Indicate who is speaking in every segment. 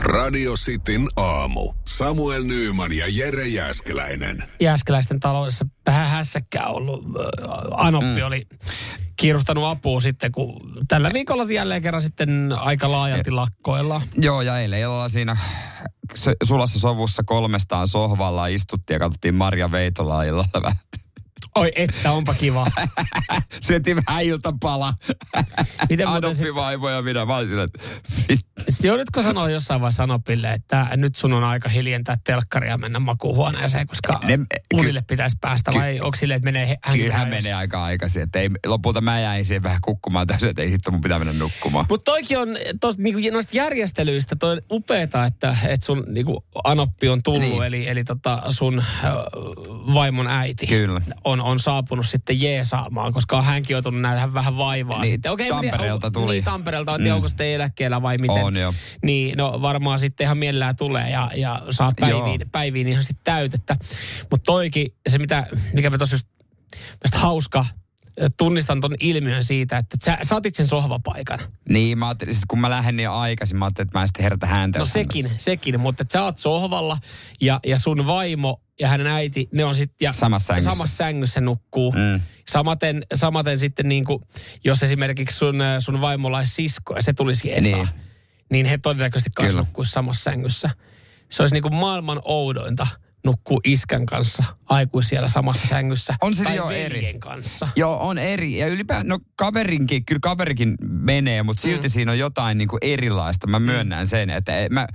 Speaker 1: Radio Cityn aamu. Samuel Nyyman ja Jere Jäskeläinen.
Speaker 2: Jääskeläisten taloudessa vähän hässäkkää ollut. Ö, Anoppi mm. oli kiirustanut apua sitten, kun tällä viikolla jälleen kerran sitten aika
Speaker 3: Eh.
Speaker 2: laajalti lakkoilla.
Speaker 3: Joo, ja eilen illalla siinä s- sulassa sovussa kolmestaan sohvalla istuttiin ja katsottiin Maria Veitolaa illalla vähän.
Speaker 2: Oi että, onpa kiva.
Speaker 3: Syötiin vähän iltapala.
Speaker 2: Miten muuten sit-
Speaker 3: Adoppi vaimo ja minä. Mä olin sillä, että vittu.
Speaker 2: Sitten joudutko sanoa jossain vaiheessa Anopille, että nyt sun on aika hiljentää telkkaria ja mennä makuuhuoneeseen, koska
Speaker 3: Ne-
Speaker 2: ne,
Speaker 3: ky-
Speaker 2: unille pitäisi päästä vai onko silleen, että menee he- hän
Speaker 3: Kyllähän menee aika aikaisin. Että ei, lopulta mä jäin siihen vähän kukkumaan tässä, että ei sitten mun pitää mennä nukkumaan.
Speaker 2: Mutta toikin on tos, niinku, noista järjestelyistä, toi on upeeta, että et sun niinku, anoppi on tullut,
Speaker 3: Niin.
Speaker 2: niin. eli, eli tota, sun ö, vaimon äiti
Speaker 3: Kyllä.
Speaker 2: On, on saapunut sitten jeesaamaan, koska hänkin on joutunut nähdä vähän vaivaa
Speaker 3: Niin,
Speaker 2: sitten. Okei, mä tiedän,
Speaker 3: Tampereelta
Speaker 2: onko-
Speaker 3: tuli.
Speaker 2: Niin, Tampereelta, on, mm. onko sitten eläkkeellä vai miten.
Speaker 3: On, joo.
Speaker 2: Niin, no varmaan sitten ihan mielellään tulee ja, ja saa
Speaker 3: Joo.
Speaker 2: päiviin, päiviin ihan sitten täytettä. Mutta toikin, se mitä, mikä me tuossa just mielestä hauska, tunnistan ton ilmiön siitä, että sä, sä otit sen sohvapaikan.
Speaker 3: Niin, mä ajattelin, sit kun mä lähden niin aikaisin, mä ajattelin, että mä en sitten herätä häntä.
Speaker 2: No
Speaker 3: jos hän
Speaker 2: sekin,
Speaker 3: tässä-
Speaker 2: sekin, mutta et sä oot sohvalla ja, ja sun vaimo ja hänen äiti, ne on sitten... Ja
Speaker 3: Samassa sängyssä.
Speaker 2: Samassa sängyssä nukkuu.
Speaker 3: Mm.
Speaker 2: Samaten, samaten sitten niin kuin, jos esimerkiksi sun, äh, sun vaimolla olisi sisko ja se tulisi Esa,
Speaker 3: Niin.
Speaker 2: niin, niin he todennäköisesti kanssa
Speaker 3: Kyllä.
Speaker 2: nukkuisi samassa sängyssä. Se olisi niin kuin maailman oudointa nukkuu iskän kanssa aikuis siellä samassa sängyssä.
Speaker 3: On se
Speaker 2: tai
Speaker 3: jo eri.
Speaker 2: veljen kanssa.
Speaker 3: Joo, on eri. Ja ylipäätään, no kaverinkin, kyllä kaverikin menee, mutta silti mm. siinä on jotain niin kuin erilaista.
Speaker 2: Mm.
Speaker 3: Mä myönnän sen, että ei- mä,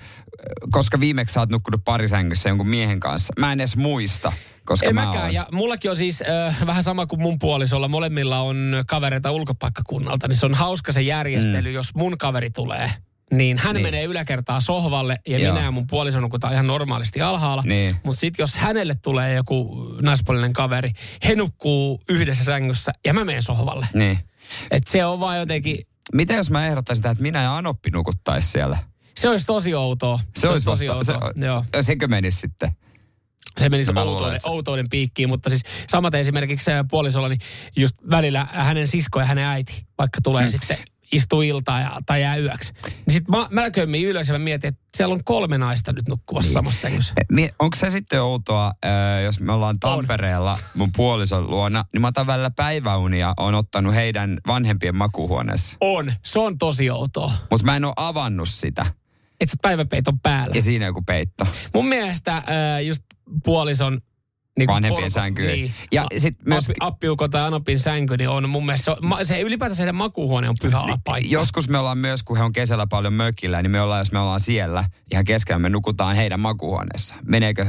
Speaker 3: koska viimeksi sä oot nukkunut parisängyssä jonkun miehen kanssa. Mä en edes muista, koska
Speaker 2: En
Speaker 3: mä
Speaker 2: mäkään,
Speaker 3: oon.
Speaker 2: ja mullakin on siis äh, vähän sama kuin mun puolisolla. Molemmilla on kavereita ulkopaikkakunnalta, niin se on hauska se järjestely, mm. jos mun kaveri tulee. Niin hän
Speaker 3: Niin.
Speaker 2: niin. menee yläkertaa sohvalle ja
Speaker 3: Joo.
Speaker 2: Joo. minä ja mun puoliso nukutaan ihan normaalisti alhaalla.
Speaker 3: Niin.
Speaker 2: Mutta sitten jos hänelle tulee joku naispuolinen kaveri, he nukkuu yhdessä sängyssä ja mä menen sohvalle.
Speaker 3: Niin.
Speaker 2: Et se on vaan jotenkin,
Speaker 3: Mitä jos mä ehdottaisin sitä, että minä ja Anoppi nukuttais siellä?
Speaker 2: se olisi tosi outoa.
Speaker 3: Se, olisi
Speaker 2: tosi
Speaker 3: vasta, se,
Speaker 2: outoa. Joo.
Speaker 3: Sekö menisi sitten?
Speaker 2: se menisi
Speaker 3: Mä luulen,
Speaker 2: outouden,
Speaker 3: että se-
Speaker 2: outouden piikkiin, mutta siis samaten esimerkiksi se puolisolla, niin just välillä hänen sisko ja hänen äiti, vaikka tulee mm. sitten istuu iltaa ja, tai jää yöksi. Niin sitten mä, mä kömmin ylös ja mä mietin, että siellä on kolme naista nyt nukkumassa niin. samassa sängyssä.
Speaker 3: Onko se sitten outoa, ö, jos me ollaan Tampereella mun puolison luona, niin mä otan välillä päiväunia, on ottanut heidän vanhempien makuuhuoneessa.
Speaker 2: On, se on tosi outoa.
Speaker 3: Mutta mä en ole avannut sitä.
Speaker 2: Et sä päiväpeiton päällä.
Speaker 3: Ja siinä joku peitto.
Speaker 2: Mun mielestä äh, just puolison niin
Speaker 3: Vanhempien sänkyyn.
Speaker 2: Niin,
Speaker 3: Ja
Speaker 2: ja
Speaker 3: sit
Speaker 2: sit
Speaker 3: myös-
Speaker 2: myös... Appiukon tai Anopin sänky, niin on mun mielestä, se, on, ma- se ylipäätään se heidän makuuhuone on
Speaker 3: Niin,
Speaker 2: pyhä paikka.
Speaker 3: Joskus me ollaan myös, kun he on kesällä paljon mökillä, niin me ollaan, jos me ollaan siellä, ihan keskellä me nukutaan heidän makuuhuoneessa. Meneekö,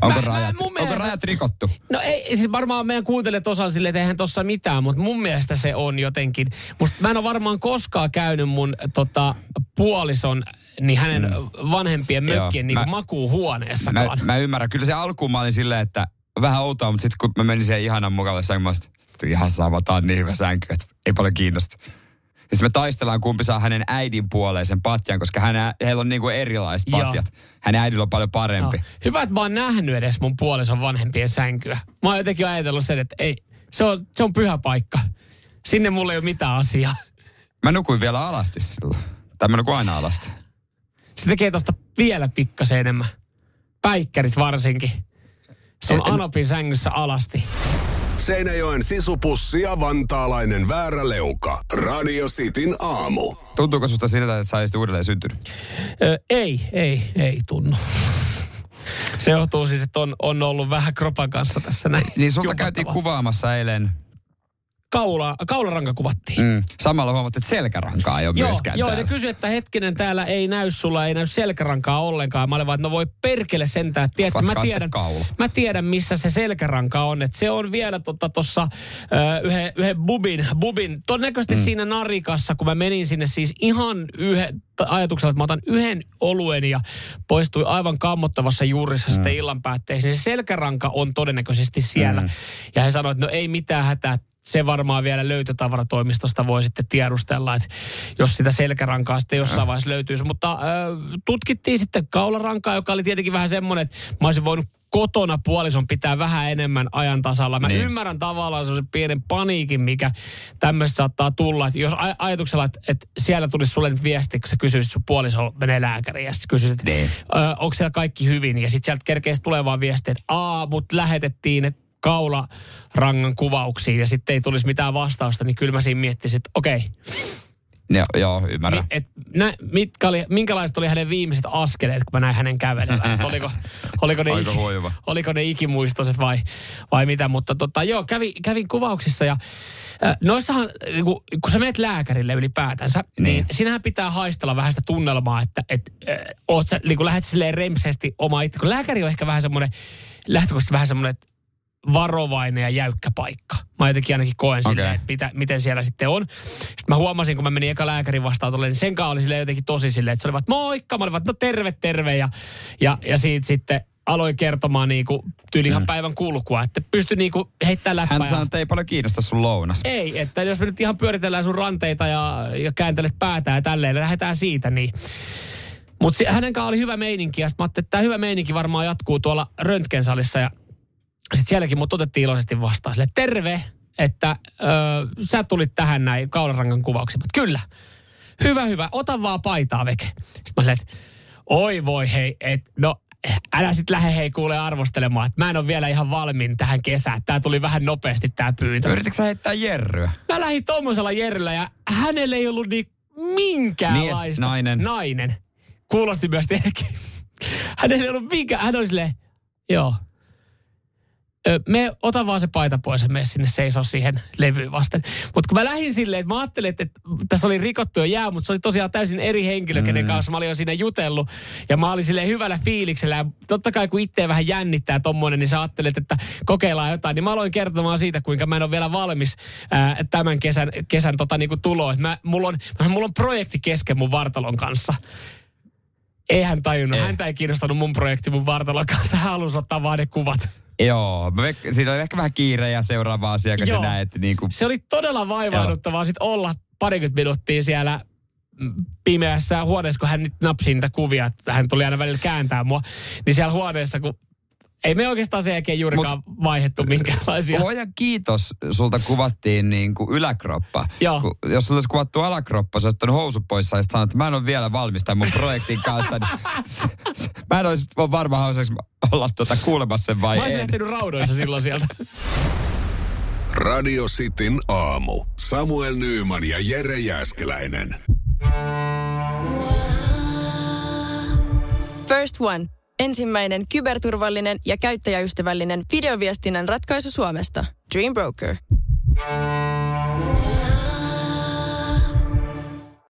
Speaker 3: onko,
Speaker 2: Mä- mä-
Speaker 3: rajat,
Speaker 2: mun
Speaker 3: onko
Speaker 2: mielestä-
Speaker 3: rajat rikottu?
Speaker 2: No ei, siis varmaan meidän kuuntelijat osaa sille, että eihän tossa mitään, mutta mun mielestä se on jotenkin. Musta mä en ole varmaan koskaan käynyt mun tota, puolison, niin hänen vanhempien
Speaker 3: Mm. Joo,
Speaker 2: mökkien niin
Speaker 3: mä-
Speaker 2: mä, makuuhuoneessakaan.
Speaker 3: Mä, mä ymmärrän. Kyllä se alkuun mä olin silleen, että vähän outoa, mutta sitten kun mä menin siihen ihanan mukavalle sänkyyn, mä olin, sit, "Vittu, ihan sama, tää on niin hyvä sänky, että ei paljon kiinnosta. Sitten me taistellaan, kumpi saa hänen äidin puoleen sen patjan, koska hänen, heillä on niinku erilaiset
Speaker 2: Joo.
Speaker 3: patjat. Hänen äidillä on paljon
Speaker 2: Joo.
Speaker 3: parempi.
Speaker 2: Hyvä, että mä oon nähnyt edes mun puolison vanhempien sänkyä. Mä oon jotenkin ajatellut sen, että ei, se on, se on pyhä paikka. Sinne mulla ei ole mitään asiaa.
Speaker 3: Mä nukuin vielä alasti silloin. Tai mä nukuin aina alasti.
Speaker 2: Se tekee tosta vielä pikkasen enemmän. Päikkärit varsinkin. Se on
Speaker 3: En- en-
Speaker 2: Anopin sängyssä alasti.
Speaker 1: Seinäjoen sisupussi ja vantaalainen vääräleuka. Radio Cityn aamu.
Speaker 3: Tuntuuko susta siltä, että sä olisit uudelleen syntynyt?
Speaker 2: Ö, ei, ei, ei tunnu. Se johtuu siis, että on, on ollut vähän kropan kanssa tässä näin.
Speaker 3: Niin sulta
Speaker 2: jumpattavaa.
Speaker 3: käytiin kuvaamassa eilen.
Speaker 2: Kaula, kaularanka kuvattiin. Mm.
Speaker 3: Mm. Samalla huomattiin, että selkärankaa ei ole
Speaker 2: Joo,
Speaker 3: myöskään
Speaker 2: joo ne
Speaker 3: täällä.
Speaker 2: kysyi, että hetkinen, täällä ei näy sulla, ei näy selkärankaa ollenkaan. Mä olin vaan, että no voi perkele sentään, että tiedätkö, mä
Speaker 3: Katkaista
Speaker 2: tiedän,
Speaker 3: kaula.
Speaker 2: mä tiedän, missä se selkäranka on. Et se on vielä tuossa tota, äh, yhden, yhden bubin, bubin, todennäköisesti mm. siinä narikassa, kun mä menin sinne siis ihan yhden, t- ajatuksella, että mä otan yhden oluen ja poistui aivan kammottavassa juurissa mm. sitten illan päätteeseen. Se selkäranka on todennäköisesti siellä. Mm. Ja he sanoivat, että no ei mitään hätää, se varmaan vielä löytötavaratoimistosta voi sitten tiedustella, että jos sitä selkärankaa sitten jossain vaiheessa löytyisi. Mutta äh, tutkittiin sitten kaularankaa, joka oli tietenkin vähän semmoinen, että mä olisin voinut kotona puolison pitää vähän enemmän ajan tasalla. Mä niin.
Speaker 3: Niin.
Speaker 2: ymmärrän tavallaan semmoisen pienen paniikin, mikä tämmöistä saattaa tulla. Että jos aj- ajatuksella, että, että siellä tulisi sulle nyt viesti, kun sä kysyisit, sun puoliso menee lääkäriin ja sitten kysyisit,
Speaker 3: Niin.
Speaker 2: ö, onko siellä kaikki hyvin. Ja sitten sieltä kerkeästi tulee vaan viesti, että aa, mut lähetettiin kaularangan kuvauksiin ja sitten ei tulisi mitään vastausta, niin kyllä mä siinä miettisin, että okei,
Speaker 3: Joo, joo ymmärrän.
Speaker 2: mi, et, nä, mitkä oli, minkälaiset oli hänen viimeiset askeleet, kun mä näin hänen kävelevän. Et oliko, oliko, ne
Speaker 3: Aika huojava.
Speaker 2: oliko ne ikimuistoiset vai, vai mitä, mutta tota, joo, kävin, kävin kuvauksissa ja äh, noissahan, äh, kun, kun sä menet lääkärille ylipäätänsä, niin, niin
Speaker 3: Niin.
Speaker 2: sinähän pitää haistella vähän sitä tunnelmaa, että et, äh, oot sä, niin kun lähdet silleen remseesti oma itse, kun lääkäri on ehkä vähän semmoinen, lähtökohtaisesti vähän semmoinen, että varovainen ja jäykkä paikka. Mä jotenkin ainakin koen okay. silleen,
Speaker 3: Okei.
Speaker 2: että mitä, miten siellä sitten on. Sitten mä huomasin, kun mä menin eka lääkärin vastaanotolle, niin sen kanssa oli silleen jotenkin tosi silleen, että se olivat moikka, mä olin vaan, no terve, terve. Ja, ja, ja siitä sitten aloin kertomaan niinku tyyli ihan päivän kulkua, että pystyi niinku heittämään läppää.
Speaker 3: Hän
Speaker 2: ja-
Speaker 3: sanoi, että ei paljon kiinnosta sun lounas.
Speaker 2: ei, että jos me nyt ihan pyöritellään sun ranteita ja, ja kääntelet päätä ja tälleen, ja lähdetään siitä, niin... Mutta hänen kanssaan oli hyvä meininki, ja sit mä ajattelin, että tämä hyvä meininki varmaan jatkuu tuolla röntgensalissa, ja sitten sielläkin mut otettiin iloisesti vastaan. Sille, terve, että ö, sä tulit tähän näin kaularangan kuvauksiin. Mut kyllä, hyvä, hyvä, ota vaan paitaa veke. Sitten mä silleen, että oi voi hei, et, no älä sit lähde hei kuule arvostelemaan, että mä en ole vielä ihan valmiin tähän kesään. Tää tuli vähän nopeasti tää pyyntö
Speaker 3: Yritikö sä heittää jerryä?
Speaker 2: mä lähdin tommosella Jerryllä ja hänellä ei ollut niin minkäänlaista.
Speaker 3: Mies, nainen.
Speaker 2: Nainen. Kuulosti myös tietenkin. Hänellä ei ollut minkä, hän oli silleen, joo. Ö, Me ota vaan se paita pois ja mene sinne seisoo siihen levyyn vasten. Mutta kun mä lähdin silleen, että mä ajattelin, että, että tässä oli rikottu jo jää, mutta se oli tosiaan täysin eri henkilö, mm. kenen kanssa mä olin jo siinä jutellut. Ja mä olin silleen hyvällä fiiliksellä. Ja totta kai kun itseä vähän jännittää tommonen, niin sä ajattelet, että kokeillaan jotain. Niin mä aloin kertomaan siitä, kuinka mä en ole vielä valmis ää, tämän kesän, kesän tota, niinku tuloa. Et Mä, mulla, on, mulla on projekti kesken mun vartalon kanssa. Ei hän tajunnut. Ei. Häntä ei kiinnostanut mun projekti mun vartalon kanssa. Hän halusi ottaa vaan ne kuvat.
Speaker 3: Joo, mä veik- siinä oli ehkä vähän kiire ja seuraava asiakas
Speaker 2: Joo.
Speaker 3: ja näin, että niinku,
Speaker 2: Se oli todella vaivauduttavaa sit olla parikymmentä minuuttia siellä mm, pimeässä huoneessa, kun hän nyt napsi niitä kuvia, että hän tuli aina välillä kääntää mua, niin siellä huoneessa, kun ei me oikeastaan sen jälkeen juurikaan Mut, vaihdettu minkäänlaisia.
Speaker 3: Luojan kiitos, sulta kuvattiin niin kuin yläkroppa.
Speaker 2: Joo.
Speaker 3: Ku, jos sulla olisi kuvattu alakroppa, sä olisit ottanut housut pois ja sanonut, että mä en ole vielä valmis tämän mun projektin kanssa. niin s- s- mä en olisi varma, haluaisinko mä olla tuota kuulemassa sen vai
Speaker 2: Mä olisin
Speaker 3: en.
Speaker 2: lähtenyt raudoissa silloin sieltä.
Speaker 1: Radio Cityn aamu. Samuel Nyyman ja Jere Jäskeläinen.
Speaker 4: First One. Ensimmäinen kyberturvallinen ja käyttäjäystävällinen videoviestinnän ratkaisu Suomesta. Dream Broker.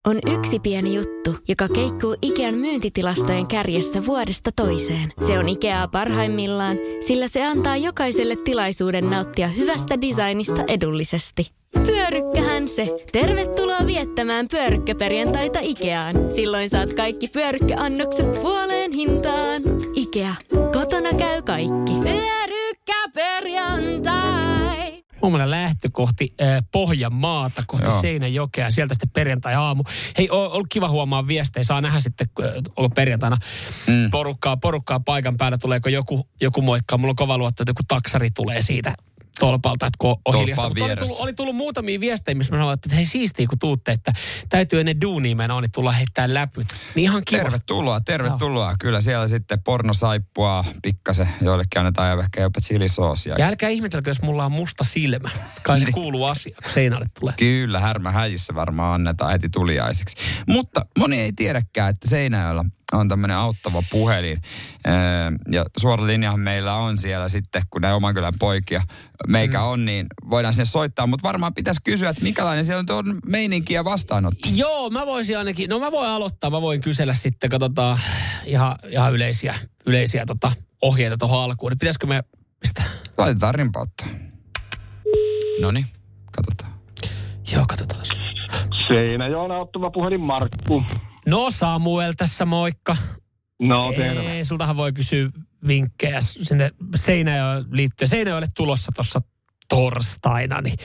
Speaker 5: On yksi pieni juttu, joka keikkuu Ikean myyntitilastojen kärjessä vuodesta toiseen. Se on Ikeaa parhaimmillaan, sillä se antaa jokaiselle tilaisuuden nauttia hyvästä designista edullisesti. Pyörykkähän se! Tervetuloa viettämään pyörykkäperjantaita Ikeaan. Silloin saat kaikki pyörykkäannokset puoleen hintaan. Ikea, kotona käy kaikki. Pyörykkäperjantai!
Speaker 2: Huomenna lähtö kohti äh, Pohjanmaata, kohti Joo.
Speaker 3: Joo.
Speaker 2: Seinäjokea, sieltä sitten perjantai-aamu. Hei, on ollut kiva huomaa viestejä, saa nähdä sitten, kun, äh, onko perjantaina mm. porukkaa, porukkaa paikan päällä, tuleeko joku, joku moikkaa. Mulla on kova luotto, että joku taksari tulee siitä tolpalta, että kun on
Speaker 3: Tolpan
Speaker 2: hiljasta. Mutta oli
Speaker 3: vieressä.
Speaker 2: tullut, oli tullut muutamia viestejä, missä mä sanoin, että hei siistiä, kun tuutte, että täytyy ennen duunia menoa, niin tulla heittää läpyt. Niin ihan kiva.
Speaker 3: Tervetuloa, tervetuloa. Kyllä siellä sitten pornosaippua, pikkasen joillekin annetaan ja ehkä jopa chilisoosia.
Speaker 2: Ja älkää ihmetelkö, jos mulla on musta silmä. Kai se
Speaker 3: Niin.
Speaker 2: kuuluu asia, kun seinälle tulee.
Speaker 3: Kyllä, härmä häjissä varmaan annetaan heti tuliaiseksi. Mutta moni ei tiedäkään, että Seinäjöllä on tämmöinen auttava puhelin. Öö, Ja suora linjahan meillä on siellä sitten, kun näin oman kylän poikia meikä mm. on, niin voidaan sinne soittaa. Mutta varmaan pitäisi kysyä, että minkälainen siellä nyt on meininki ja vastaanotto.
Speaker 2: Joo, mä voisin ainakin, no mä voin aloittaa, mä voin kysellä sitten, katsotaan ihan, ihan yleisiä, yleisiä tota, ohjeita tuohon alkuun. Niin pitäisikö me pistää?
Speaker 3: Laitetaan rimpautta. Noniin, katsotaan.
Speaker 2: Joo, katsotaan.
Speaker 6: Seinäjoen auttava puhelin Markku.
Speaker 2: No Samuel tässä, moikka.
Speaker 6: No terve.
Speaker 2: Ei, sultahan voi kysyä vinkkejä sinne Seinäjoelle liittyen. Seinäjoelle tulossa tuossa torstaina, niin,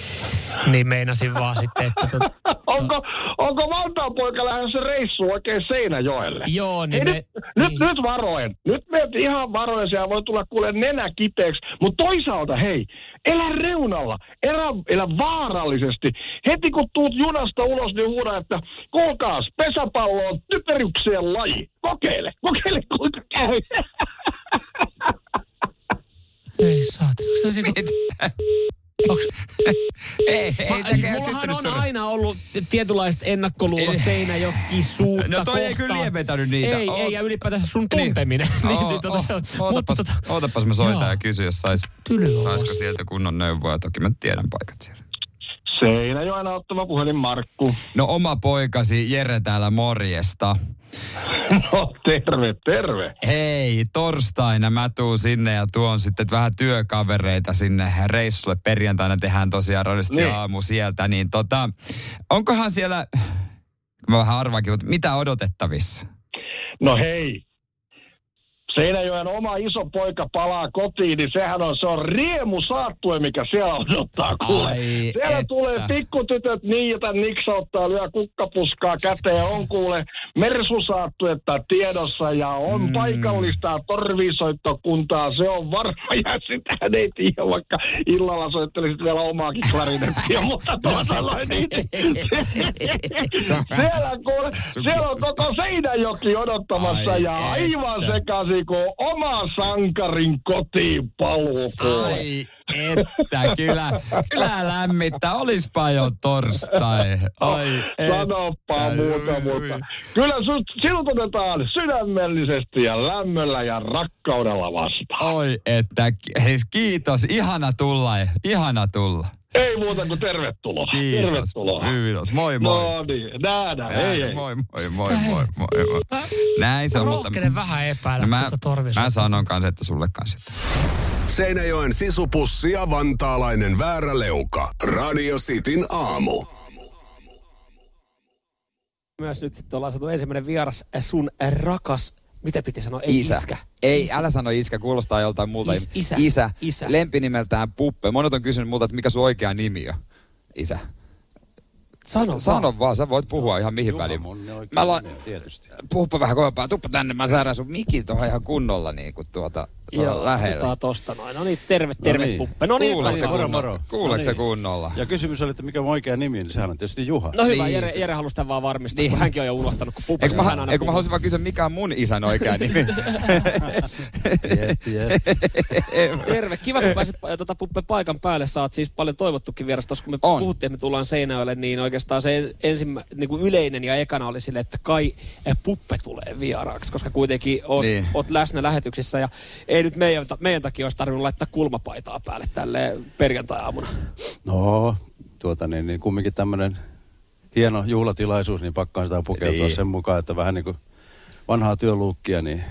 Speaker 2: niin meinasin vaan sitten, että... tota- Tot...
Speaker 5: Onko, onko Vantaan poika lähdössä reissuun oikein Seinäjoelle?
Speaker 2: Joo,
Speaker 5: Ei,
Speaker 2: niin
Speaker 5: nyt,
Speaker 2: me...
Speaker 5: nyt,
Speaker 2: niin.
Speaker 5: nyt varoen. Nyt menet ihan varoen, siellä voi tulla kuule nenä kipeäksi. Mutta toisaalta, hei, elä reunalla, elä, elä vaarallisesti. Heti kun tuut junasta ulos, niin huuda, että kuulkaas, pesäpallo on typeryksien laji. Kokeile, kokeile kuinka käy.
Speaker 2: Ei saa. Onko se niinku... Onks...
Speaker 7: Ei, ei,
Speaker 2: Mä,
Speaker 7: ei,
Speaker 2: siis mullahan on aina ollut tietynlaiset ennakkoluulot
Speaker 7: Ei.
Speaker 2: seinäjokki, suutta
Speaker 7: No toi ei
Speaker 2: kohtaan.
Speaker 7: kyllä lieventänyt niitä.
Speaker 2: Ei,
Speaker 7: Oot-
Speaker 2: ei, ja ylipäätänsä sun tunteminen. Niin, niin, niin, tota, se on- mutta tota,
Speaker 7: Ootapas mä soitan
Speaker 2: Joo.
Speaker 7: ja kysyn, jos sais,
Speaker 2: Tyly on
Speaker 7: saisiko
Speaker 2: vasta.
Speaker 7: sieltä kunnon neuvoa. Toki mä tiedän paikat siellä.
Speaker 5: Seinäjoen ottava puhelin Markku.
Speaker 7: No oma poikasi Jere täällä morjesta.
Speaker 5: No, terve, terve.
Speaker 7: Hei, torstaina mä tuun sinne ja tuon sitten vähän työkavereita sinne reissulle. Perjantaina tehdään tosiaan radistinen
Speaker 5: Niin.
Speaker 7: aamu sieltä. Niin tota, onkohan siellä, mä vähän arvaankin, mutta mitä odotettavissa?
Speaker 5: No hei, Seinäjoen oma iso poika palaa kotiin, niin sehän on, se on riemu saattue, mikä siellä odottaa. Kuule.
Speaker 7: Ai
Speaker 5: siellä
Speaker 7: että.
Speaker 5: tulee pikkutytöt niin, jota niksauttaa, lyö kukkapuskaa käteen. On kuule mersusaattuetta tiedossa ja on mm. paikallista torvisoittokuntaa. Se on varma ja sitähän ei tiedä, vaikka illalla soittelisit vielä omaakin klarinettia, mutta
Speaker 7: No,
Speaker 5: tuota noin niin. siellä, kuule, siellä on koko Seinäjoki odottamassa
Speaker 7: Ai
Speaker 5: ja aivan
Speaker 7: että.
Speaker 5: sekaisin kuin oma sankarin kotiin paluu. kuule.
Speaker 7: Ai että, kyllä, kyllä lämmittää. Olispa jo torstai. Ai
Speaker 5: Sanoppa
Speaker 7: että.
Speaker 5: muuta, mutta kyllä sut, sinut otetaan sydämellisesti ja lämmöllä ja rakkaudella vastaan.
Speaker 7: Oi että, hei kiitos. Ihana tulla, ihana tulla.
Speaker 5: Ei muuta kuin tervetuloa.
Speaker 7: Kiitos.
Speaker 5: Tervetuloa.
Speaker 7: Kiitos. Moi moi.
Speaker 5: No niin, nähdään. Hei, hei.
Speaker 7: Moi moi moi moi moi. moi. Näin se on, mutta...
Speaker 2: rohkenen vähän epäillä
Speaker 7: mä,
Speaker 2: tätä torvisuutta.
Speaker 7: mä sanon kanssa, että sulle kanssa.
Speaker 1: Seinäjoen sisupussi ja vantaalainen vääräleuka. Radio Cityn aamu.
Speaker 8: myös nyt sitten ollaan saatu ensimmäinen vieras, sun rakas, mitä piti sanoa, ei
Speaker 3: Isä.
Speaker 8: iskä.
Speaker 3: Ei, isä. älä sano iskä, kuulostaa joltain muulta.
Speaker 8: Is- isä.
Speaker 3: isä.
Speaker 8: Isä.
Speaker 3: Lempinimeltään Puppe. Monet on kysynyt multa, että mikä sun oikea nimi on. Isä.
Speaker 8: Sano, vaan.
Speaker 3: Sano vaan, sä voit puhua ihan mihin väliin. Mä la... tietysti. Puhuppa vähän kovempaa. Tuppa tänne, mä saadaan sun mikin tuohon ihan kunnolla niin kuin tuota, tuolla
Speaker 8: Joo,
Speaker 3: lähellä.
Speaker 8: otetaan tosta noin. No niin, terve, terve
Speaker 9: niin.
Speaker 8: puppe. No niin,
Speaker 3: Kuuleeko
Speaker 8: no
Speaker 3: se
Speaker 8: niin.
Speaker 3: kunnolla?
Speaker 9: moro.
Speaker 3: Kuuleeko
Speaker 9: No niin.
Speaker 3: se kunnolla?
Speaker 9: Ja kysymys oli, että mikä on oikea nimi, niin sehän on tietysti Juha.
Speaker 8: No hyvä,
Speaker 3: Niin.
Speaker 8: Jere, Jere halusi tämän vaan varmistaa,
Speaker 3: Niin.
Speaker 8: kun hänkin on jo unohtanut, kun puppe
Speaker 3: Eikö mä,
Speaker 8: aina
Speaker 3: eikö mä
Speaker 8: puhuu.
Speaker 3: halusin vaan kysyä, mikä on mun isän oikea nimi?
Speaker 9: Jep, jep.
Speaker 8: Terve, kiva kun pääsit pa- tota, puppe paikan päälle. Sä oot siis paljon toivottukin vieras. Tuossa kun me
Speaker 3: On.
Speaker 8: puhuttiin, että me tullaan Seinäjoelle, niin oikeastaan se ensimmä, niin kuin yleinen ja ekana oli sille, että kai eh, puppe tulee vieraaksi, koska kuitenkin oot,
Speaker 3: Niin.
Speaker 8: niin. oot läsnä lähetyksissä ja ei nyt meidän, ta- meidän takia olisi tarvinnut laittaa kulmapaitaa päälle tälle perjantai-aamuna.
Speaker 9: No, tuota niin, niin kumminkin tämmöinen hieno juhlatilaisuus, niin pakkaan sitä pukeutua
Speaker 3: Niin.
Speaker 9: niin. sen mukaan, että vähän niin kuin vanhaa työluukkia, niin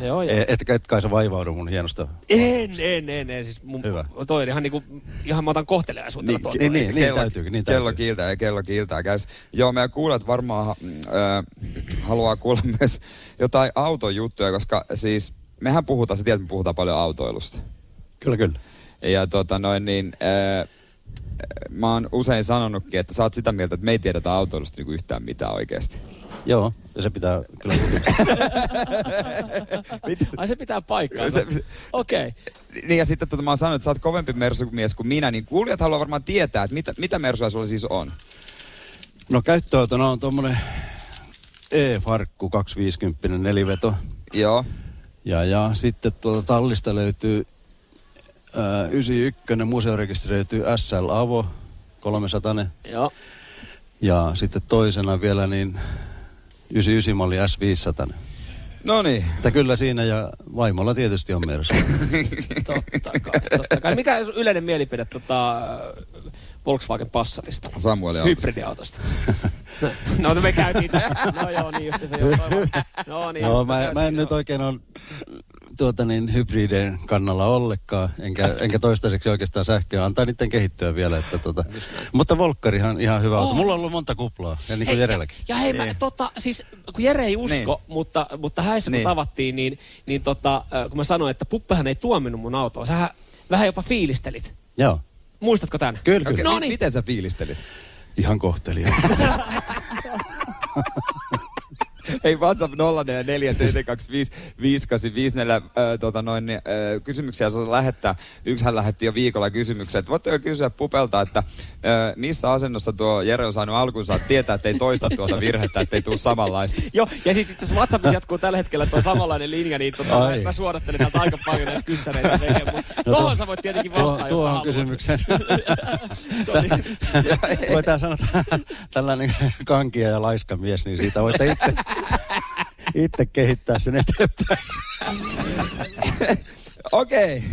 Speaker 8: Joo, joo.
Speaker 9: et, et, et kai se vaivaudu mun hienosta.
Speaker 8: En, en, en, en. Siis mun,
Speaker 9: Hyvä.
Speaker 8: Toi on ihan niinku, ihan mä otan kohteliaisuutena
Speaker 3: Niin,
Speaker 8: tuon.
Speaker 9: Niin, niin, niin
Speaker 3: kello,
Speaker 9: täytyykin, niin
Speaker 3: kello
Speaker 9: täytyykin.
Speaker 3: kiiltää ja kello kiiltää. Käs. Joo, meidän kuulijat varmaan mm, äh, haluaa kuulla myös jotain autojuttuja, koska siis mehän puhutaan, sä tiedät, me puhutaan paljon autoilusta.
Speaker 9: Kyllä, kyllä.
Speaker 3: Ja tota noin niin, äh, mä oon usein sanonutkin, että sä oot sitä mieltä, että me ei tiedetä autoilusta niinku yhtään mitään oikeasti.
Speaker 9: Joo, ja se pitää kyllä
Speaker 8: Ai se pitää paikkaa. No,
Speaker 3: Se-
Speaker 8: Okei. Okay.
Speaker 3: Niin ja sitten tota, mä oon sanonut, että sä oot kovempi mersumies kuin minä, niin kuulijat haluaa varmaan tietää, että mitä, mitä mersuja sulla siis on.
Speaker 9: No käyttöautona on tuommoinen E-farkku 250 neliveto.
Speaker 3: Joo.
Speaker 9: Ja, ja sitten tuolta tallista löytyy äh, ää, 91 museorekisteröity SL Avo 300
Speaker 8: Joo.
Speaker 9: ja sitten toisena vielä niin 99 malli S500.
Speaker 3: No niin.
Speaker 9: Että kyllä siinä ja vaimolla tietysti on mersu.
Speaker 8: Totta kai, totta kai. Mikä on yleinen mielipide tota, äh, Volkswagen Passatista?
Speaker 3: Samuel on
Speaker 8: Hybridiautosta. no, no me käytiin. tä- No joo, niin just se joo. aivan. No niin.
Speaker 9: No
Speaker 8: just
Speaker 9: mä,
Speaker 8: käytiin,
Speaker 9: mä en nyt
Speaker 8: joo.
Speaker 9: oikein ole tuota niin, hybridien kannalla ollenkaan, enkä, enkä toistaiseksi oikeastaan sähköä antaa niiden kehittyä vielä. Että tuota. Mutta Volkkarihan ihan hyvä auto. Mulla on ollut monta kuplaa, ja niin kuin
Speaker 8: Hei,
Speaker 9: Jerelläkin.
Speaker 8: Ja, ja hei, mä, tota, siis kun Jere ei usko,
Speaker 3: Niin.
Speaker 8: niin. mutta, mutta häissä kun
Speaker 3: Niin.
Speaker 8: niin. tavattiin, niin, niin tota, äh, kun mä sanoin, että Puppehan ei tuominut mun autoa, sähän vähän jopa fiilistelit.
Speaker 9: Joo.
Speaker 2: Muistatko tämän?
Speaker 9: Kyllä, kyllä.
Speaker 2: No niin.
Speaker 3: Miten sä fiilistelit?
Speaker 9: Ihan kohteliaan.
Speaker 3: Hei WhatsApp 044725 äh, tota noin, niin, äh, kysymyksiä saa lähettää. Yksi hän lähetti jo viikolla kysymyksen, että voitteko kysyä Pupelta, että äh, missä asennossa tuo Jere on saanut alkunsa, että tietää, että ei toista tuota virhettä, että ei tule samanlaista.
Speaker 2: Joo, ja siis itse asiassa WhatsAppissa jatkuu tällä hetkellä tuo samanlainen linja, niin tota, mä,
Speaker 9: Ai.
Speaker 2: mä suodattelen täältä aika paljon näitä kyssäreitä. No,
Speaker 9: No
Speaker 2: Tuohon
Speaker 9: tuo-
Speaker 2: sä voit tietenkin
Speaker 9: Tuo,
Speaker 2: vastata, jos sä
Speaker 9: tuohon
Speaker 2: haluat.
Speaker 9: kysymykseen.
Speaker 2: Se oli-
Speaker 9: Voitaan sanoa, että tällainen kankia ja laiska mies, niin siitä voitte itse, itse kehittää sen eteenpäin.
Speaker 3: Okei.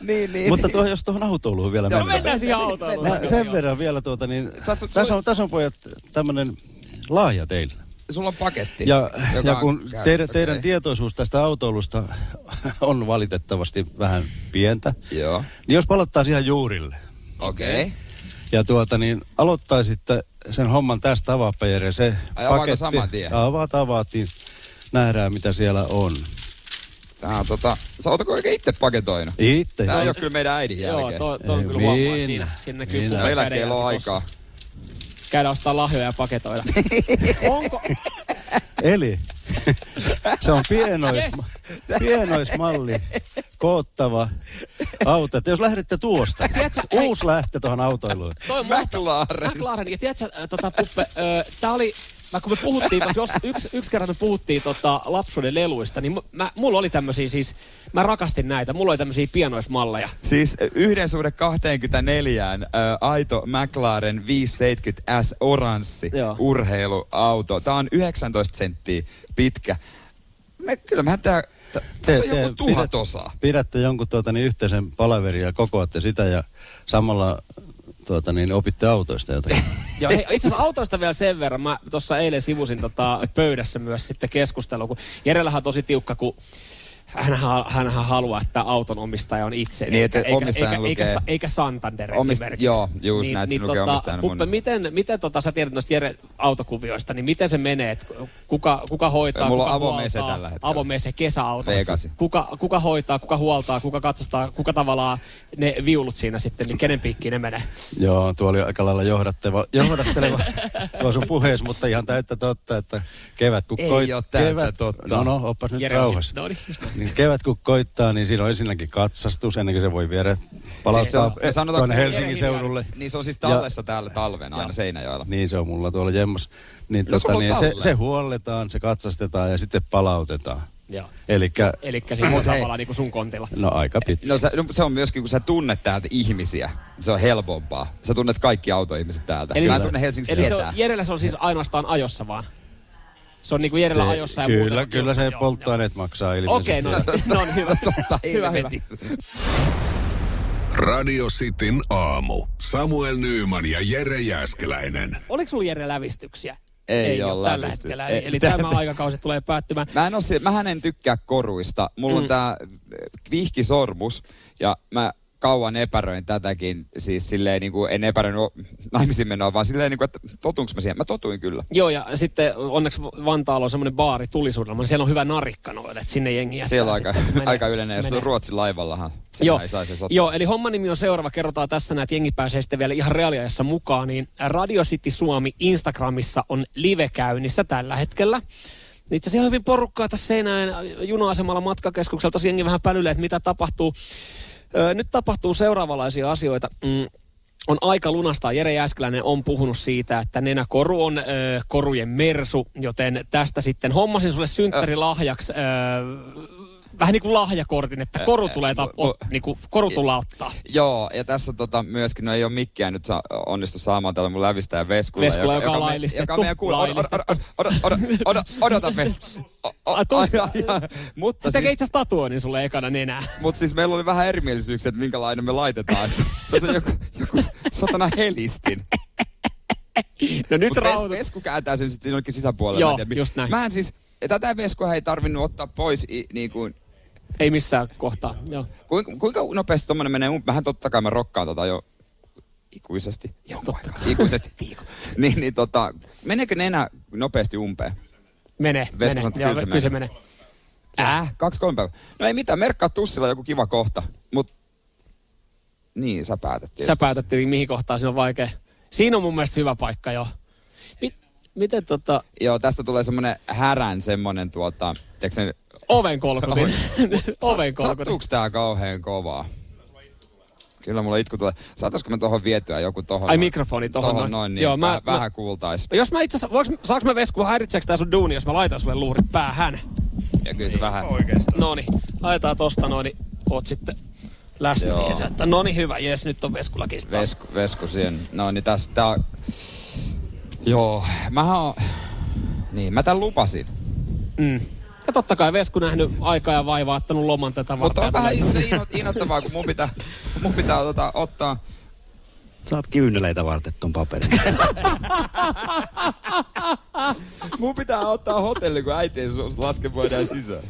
Speaker 3: niin, niin.
Speaker 9: Mutta tuo, jos tuohon autoiluun vielä
Speaker 2: No
Speaker 9: mennään.
Speaker 2: mennään siihen autoon.
Speaker 9: Mä sen verran vielä tuota, niin
Speaker 3: Tässä on-
Speaker 9: tässä on, tässä on pojat tämmöinen lahja teille.
Speaker 3: Sulla on paketti.
Speaker 9: Ja,
Speaker 3: joka
Speaker 9: ja
Speaker 3: on
Speaker 9: kun
Speaker 3: käy-
Speaker 9: teidän,
Speaker 3: okei.
Speaker 9: teidän tietoisuus tästä autoilusta on valitettavasti vähän pientä,
Speaker 3: Joo,
Speaker 9: niin jos palattaisiin ihan juurille
Speaker 3: okei. Okay.
Speaker 9: ja tuota, niin aloittaisitte sen homman tästä avaappa Jere, se
Speaker 3: Ai, avaako
Speaker 9: paketti.
Speaker 3: saman tien?
Speaker 9: Avaat, avaat, niin nähdään mitä siellä on.
Speaker 3: Tää on tota, sä ootko oikein itse paketoinut?
Speaker 9: Itse.
Speaker 3: Tää ei ole kyllä meidän äidin
Speaker 2: Joo,
Speaker 3: jälkeen.
Speaker 2: toi, toi on
Speaker 9: Ei, niin.
Speaker 2: kyllä huomaa, että
Speaker 9: minä.
Speaker 2: siinä, siinä näkyy
Speaker 9: Minä.
Speaker 2: puhuu
Speaker 3: Meillä
Speaker 2: kädenjälki
Speaker 3: kello on
Speaker 2: tossa.
Speaker 3: aikaa.
Speaker 2: Käydä ostaa lahjoja ja paketoida. Onko?
Speaker 9: Eli se on pienois,
Speaker 2: Yes.
Speaker 9: pienoismalli, koottava auto. Että jos lähdette tuosta,
Speaker 2: Tiedätkö, hei.
Speaker 9: uusi lähtö tuohon autoiluun.
Speaker 2: Toi on
Speaker 3: McLaren.
Speaker 2: McLaren. Ja tiedätkö, äh, tota, Puppe, äh, tää oli, mä kun me puhuttiin, mä- jos yksi, yksi kerran me puhuttiin tota, lapsuuden leluista, niin mu- mä, mulla oli tämmösiä siis, mä rakastin näitä, mulla oli tämmösiä pienoismalleja.
Speaker 3: Siis yhden suhde 24 äh, aito McLaren 570S oranssi
Speaker 2: Joo.
Speaker 3: urheiluauto. Tää on 19 senttiä pitkä. Me, kyllä mä tää, tä- tässä on joku tuhat
Speaker 9: pidä-
Speaker 3: osaa.
Speaker 9: Pidätte jonkun tuota, niin yhteisen palaverin ja kokoatte sitä ja samalla tuota, niin opitte autoista jotakin.
Speaker 2: Ja hei, itse asiassa autoista vielä sen verran. Mä tuossa eilen sivusin tota pöydässä myös sitten keskustelua, kun Jerellähän on tosi tiukka, kun hänhän, hänhän haluaa, että auton omistaja on itse.
Speaker 3: Niin, että omistajan
Speaker 2: eikä,
Speaker 3: lukee-
Speaker 2: eikä, sa- eikä Santander
Speaker 3: Omist-
Speaker 2: esimerkiksi. Niin,
Speaker 3: joo, juus näin, että se lukee omistajan
Speaker 2: Puppe,
Speaker 3: mun-
Speaker 2: miten, miten tota, sä tiedät noista Jeren autokuvioista, niin miten se menee? Et kuka, kuka hoitaa,
Speaker 3: Mulla on
Speaker 2: kuka
Speaker 3: avomese
Speaker 2: huoltaa?
Speaker 3: tällä hetkellä.
Speaker 2: Avomese, kesäauto.
Speaker 3: Vegasi.
Speaker 2: Kuka, kuka hoitaa, kuka huoltaa, kuka katsastaa, kuka tavallaan ne viulut siinä sitten, niin kenen piikkiin ne menee?
Speaker 9: Joo, tuo oli aika lailla johdatteleva, johdatteleva tuo sun puhees, mutta ihan täyttä totta, että kevät kun
Speaker 3: Ei
Speaker 9: koit-
Speaker 3: oo täyttä
Speaker 9: kevät,
Speaker 3: totta.
Speaker 9: No no, oppas nyt
Speaker 2: Jere,
Speaker 9: rauhassa.
Speaker 2: No niin, just
Speaker 9: Niin kevät kun koittaa, niin siinä on ensinnäkin katsastus, ennen kuin se voi viedä palauttaa
Speaker 3: Siis se on-
Speaker 9: eh, tuonne
Speaker 3: sanotaanko-
Speaker 9: Helsingin seudulle.
Speaker 3: Niin se on siis tallessa täällä talven aina Seinäjoella.
Speaker 9: Niin se on mulla tuolla jemmos. Niin,
Speaker 3: No,
Speaker 9: tota,
Speaker 3: sulla on
Speaker 9: niin se,
Speaker 3: talle.
Speaker 9: se huolletaan, se katsastetaan ja sitten palautetaan.
Speaker 2: Joo.
Speaker 9: Eli
Speaker 2: Eli siis
Speaker 3: Mut
Speaker 2: se on
Speaker 3: hei.
Speaker 2: tavallaan niin kuin sun kontilla.
Speaker 9: no aika pitkä.
Speaker 3: No, sä, no se on myöskin, kun sä tunnet täältä ihmisiä, se on helpompaa. Sä tunnet kaikki autoihmiset täältä. Eli mä en tunne Helsingistä
Speaker 2: eli se on,
Speaker 3: ketään.
Speaker 2: Jerellä se on siis ainoastaan ajossa vaan. Se on niinku Jerellä
Speaker 9: Se-
Speaker 2: ajossa ja
Speaker 9: kyllä,
Speaker 2: muuten.
Speaker 9: kyllä se
Speaker 2: joo,
Speaker 9: polttoaineet maksaa
Speaker 2: joo.
Speaker 9: ilmeisesti.
Speaker 2: Okei, no, no on hyvä.
Speaker 3: niin, Totta,
Speaker 2: hyvä, hyvä.
Speaker 3: helvetissä.
Speaker 1: Radio Cityn aamu. Samuel Nyyman ja Jere Jäskeläinen.
Speaker 2: Oliko sulla Jere lävistyksiä?
Speaker 3: Ei
Speaker 2: oo
Speaker 3: ole
Speaker 2: tällä
Speaker 3: lävisty-
Speaker 2: hetkellä.
Speaker 3: ei.
Speaker 2: Eli, eli tämä aikakausi tulee päättymään.
Speaker 3: Mä en oo se, mähän en tykkää koruista. Mulla mm. on tää eh, vihkisormus ja mä kauan epäröin tätäkin. Siis silleen niinku, en epäröinyt o- naimisiin menoa, vaan silleen niinku, että totunko mä siihen? Mä totuin kyllä.
Speaker 2: Joo, ja sitten onneksi Vantaalla on semmoinen baari tulisuudelma. Siellä on hyvä narikka noille, että sinne jengiä.
Speaker 3: Siellä on aika, aika yleinen, jos on Ruotsin laivallahan. Sen
Speaker 2: Joo,
Speaker 3: ei saisi ottaa.
Speaker 2: joo, eli homman nimi on seuraava. Kerrotaan tässä näin, että jengi pääsee sitten vielä ihan reaaliajassa mukaan. Niin Radio City Suomi Instagramissa on live käynnissä tällä hetkellä. Itse asiassa ihan hyvin porukkaa tässä Seinäjän juna-asemalla matkakeskuksella. Tosi jengi vähän pälylee, että mitä tapahtuu. Öö, nyt tapahtuu seuraavanlaisia asioita. Mm. On aika lunastaa. Jere Jääskeläinen on puhunut siitä, että nenäkoru on ö, korujen mersu, joten tästä sitten hommasin sulle synttärilahjaksi ö, vähän niin kuin lahjakortin, että koru tulee tap-
Speaker 3: mu- mu-
Speaker 2: ot- niin kuin, koru tullaan ottaa.
Speaker 3: Joo, ja tässä on tota myöskin, no ei ole mikään nyt saa, onnistu saamaan tällä mun lävistäjä Veskulla.
Speaker 2: Veskulla, joka on
Speaker 3: me-
Speaker 2: laillistettu.
Speaker 3: Joka on meidän kuul... Oda, oda, oda, oda, oda, odota Vesku. O- o-
Speaker 2: Ai, tossa.
Speaker 3: ai, ai, ai. Mutta
Speaker 2: Se tekee
Speaker 3: siis,
Speaker 2: itse asiassa tatuoinnin sulle ekana nenää.
Speaker 3: mutta siis meillä oli vähän erimielisyyksiä, että minkälainen me laitetaan. Tässä on joku, joku satana helistin.
Speaker 2: No nyt
Speaker 3: Mutta ves,
Speaker 2: rauhoitut.
Speaker 3: Vesku kääntää sen sitten jonnekin sisäpuolelle.
Speaker 2: Joo,
Speaker 3: Mä en tiedä, mi-
Speaker 2: just näin.
Speaker 3: Mä en siis, ja tätä Veskua ei tarvinnut ottaa pois i, niin kuin,
Speaker 2: Ei missään kohtaa. Joo.
Speaker 3: Kuinka, kuinka nopeasti tommonen menee? um- Mähän totta kai mä rokkaan tota jo ikuisesti. Jonkun aikaa. Ikuisesti. Viikon. niin, niin tota, meneekö nenä nopeasti umpeen?
Speaker 2: Mene,
Speaker 3: Vesku
Speaker 2: mene.
Speaker 3: sanoo, että
Speaker 2: Joo,
Speaker 3: kyllä se
Speaker 2: kyllä se
Speaker 3: menee.
Speaker 2: menee.
Speaker 3: Äh, kaksi kolme päivää. No ei mitään, merkkaa tussilla joku kiva kohta. Mut Niin, sä päätät tietysti.
Speaker 2: Sä päätät tietenkin, mihin kohtaan siinä on vaikea. Siinä on mun mielestä hyvä paikka jo. Mit, miten tota...
Speaker 3: Joo, tästä tulee semmonen härän semmonen tuota, tiedätkö
Speaker 2: Oven kolkutin. Oven kolkutin.
Speaker 3: Sattuuko tää kauheen kovaa? Kyllä mulla itku tulee. Saataisko me tohon vietyä joku tohon?
Speaker 2: Ai
Speaker 3: noin?
Speaker 2: mikrofoni tohon
Speaker 3: Tohon
Speaker 2: noin.
Speaker 3: noin, niin
Speaker 2: Joo,
Speaker 3: Joo,
Speaker 2: mä-
Speaker 3: mä,
Speaker 2: mä-
Speaker 3: vähän kuultais.
Speaker 2: Jos mä itse asiassa, voinko- saaks mä vesku häiritseekö tää sun duuni, jos mä laitan sulle luurit päähän?
Speaker 3: Ja kyllä se vähän.
Speaker 2: Noni, laitetaan tosta noin, niin oot sitten läsnä.
Speaker 3: Joo.
Speaker 2: Niin sä, että noni hyvä, jes nyt on Veskulakin sit taas.
Speaker 3: Vesku, vesku siihen. No niin tässä tää on... Joo, mähän on... Niin, mä tän lupasin.
Speaker 2: Mm. Ja totta kai Vesku nähnyt aikaa ja vaivaa, ottanut loman tätä varten.
Speaker 3: Mutta on
Speaker 2: ja
Speaker 3: vähän
Speaker 2: tulee-
Speaker 3: itse inno- innoittavaa, kun mun pitää, mun pitää tota, ottaa...
Speaker 9: Saat kyyneleitä varten ton paperin.
Speaker 3: Mun pitää ottaa hotelli, kun äiti ei su- laske voidaan sisään.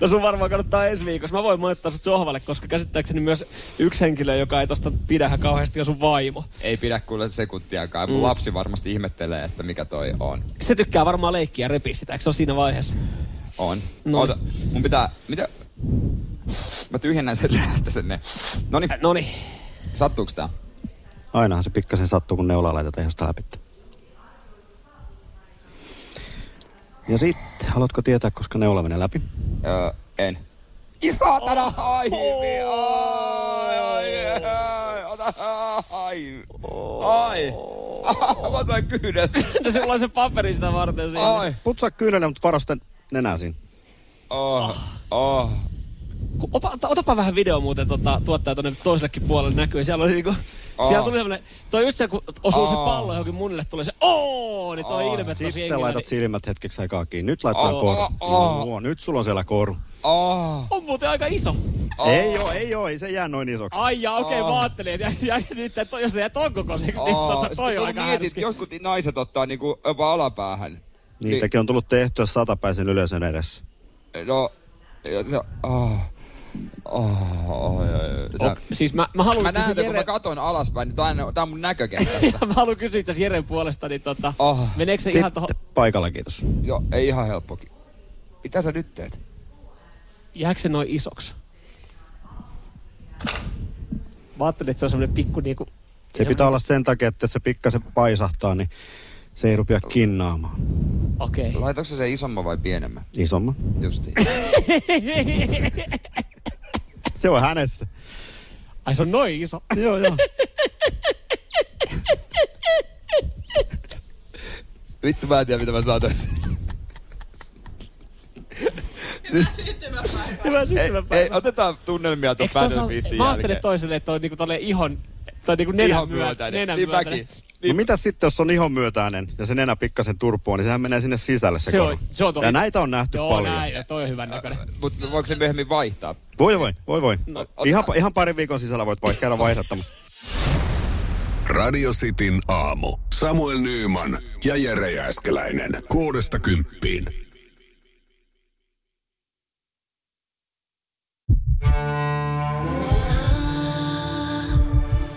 Speaker 2: No sun varmaan kannattaa ensi viikossa. Mä voin moittaa sut sohvalle, koska käsittääkseni myös yksi henkilö, joka ei tosta pidä kauheasti, on sun vaimo.
Speaker 3: Ei pidä kuule sekuntiakaan. Mun
Speaker 2: Mm.
Speaker 3: lapsi varmasti ihmettelee, että mikä toi on.
Speaker 2: Se tykkää varmaan leikkiä ja repiä sitä, eikö se ole siinä vaiheessa?
Speaker 3: On.
Speaker 2: No.
Speaker 3: No. Oota, mun pitää... Mitä? Mä tyhjennän sen läästä sinne. Noni.
Speaker 2: Noni. niin.
Speaker 3: Sattuuks tää?
Speaker 9: Ainahan se pikkasen sattuu, kun neulaa laitetaan jostain läpi. Ja sitten, haluatko tietää, koska neula menee läpi?
Speaker 3: Öö, en.
Speaker 2: Oh.
Speaker 3: Isatana! Ai, vi- ai, ai, ai, ota, ai, ai.
Speaker 2: Oh.
Speaker 3: Ah, Mä toin kyydet.
Speaker 2: No se on se paperi sitä varten siinä.
Speaker 3: Ai.
Speaker 9: Putsaa kyynelä, mutta varasten nenää siinä.
Speaker 3: No Oh, oh.
Speaker 2: Ku- Opa, ota- otapa vähän video muuten tota, tuottaja tuonne toisellekin puolelle näkyy. Siellä oli niinku,
Speaker 3: Aa.
Speaker 2: siellä tuli semmonen, toi just se, kun osuu se
Speaker 3: Aa.
Speaker 2: pallo johonkin munille, tulee se ooo, niin toi ilme tosi
Speaker 9: Sitten
Speaker 2: jengillä.
Speaker 9: laitat
Speaker 2: Niin,
Speaker 9: silmät hetkeksi aikaa kiinni. Nyt laitetaan
Speaker 3: Oh,
Speaker 9: koru.
Speaker 3: oh, oh.
Speaker 9: Joo, nyt sulla on siellä koru.
Speaker 3: Oh,
Speaker 2: on muuten aika iso.
Speaker 3: oh.
Speaker 9: Ei oo, ei oo, ei se jää noin isoksi.
Speaker 2: Ai jaa, okei, okay,
Speaker 3: Aa.
Speaker 2: mä ajattelin, että jä, jä, nyt, että jos se jää ton kokoiseksi, niin
Speaker 3: Oh.
Speaker 2: tota, toi
Speaker 3: Sitten
Speaker 2: on
Speaker 3: kun
Speaker 2: aika
Speaker 3: mietit,
Speaker 2: härski.
Speaker 3: jotkut naiset ottaa niinku jopa alapäähän.
Speaker 9: Niitäkin on tullut tehtyä satapäisen yleisön edessä.
Speaker 3: Niin, no, no, oh. Oh, oh, oh,
Speaker 2: Ok, Siis mä, mä haluan
Speaker 3: Mä näen,
Speaker 2: kysyä
Speaker 3: tämän, kun
Speaker 2: Jere,
Speaker 3: mä katon alaspäin, niin tää on, tää on mun näkökentässä.
Speaker 2: mä haluan kysyä tässä Jeren puolesta, niin tota,
Speaker 3: Oh.
Speaker 2: meneekö se ihan
Speaker 9: Sitten
Speaker 2: tohon,
Speaker 9: paikalla, kiitos.
Speaker 3: Joo, ei ihan helppokin. Mitä sä nyt teet?
Speaker 2: jääkö se noin isoksi? Mä ajattelin, että se on semmonen pikku niinku...
Speaker 9: Se pitää olla sen takia, että jos se pikkasen paisahtaa, niin se ei rupea kinnaamaan.
Speaker 2: Okei.
Speaker 3: Laitatko sä sen isomman vai pienemmän?
Speaker 9: Isomman.
Speaker 3: Justiin.
Speaker 9: Se on hänessä. No
Speaker 2: Ai se on noin iso.
Speaker 9: joo, joo.
Speaker 3: Vittu mä en tiedä mitä mä sanoisin.
Speaker 2: Hyvä
Speaker 3: Ei,
Speaker 2: syntymäpäivä.
Speaker 3: ei, otetaan tunnelmia tuon
Speaker 2: Eikö tossa-
Speaker 3: Battlefiistin
Speaker 2: Mä ajattelin
Speaker 3: jälkeen.
Speaker 2: toiselle, että on niinku tolleen ihon, tai niinku nenän
Speaker 3: Ihon
Speaker 2: myötä.
Speaker 3: myötäinen.
Speaker 2: Nenän
Speaker 3: Niin
Speaker 2: myötäinen.
Speaker 3: mäkin.
Speaker 9: No mitä sitten, jos on ihon myötäinen ja se nenä pikkasen turpoa, niin sehän menee sinne sisälle se,
Speaker 2: Se
Speaker 9: koru.
Speaker 2: on, se on tosi-
Speaker 9: Ja näitä on nähty
Speaker 2: Joo,
Speaker 9: paljon.
Speaker 2: näin, ja toi on hyvän näköinen.
Speaker 3: Mutta voiko se myöhemmin vaihtaa?
Speaker 9: Voi voi, voi voi.
Speaker 3: No,
Speaker 9: ihan,
Speaker 3: ota-
Speaker 9: ihan parin viikon sisällä voit vaikka käydä vaihdattamassa.
Speaker 1: Radio Cityn aamu. Samuel Nyyman ja Jere Jääskeläinen. Kuudesta kymppiin.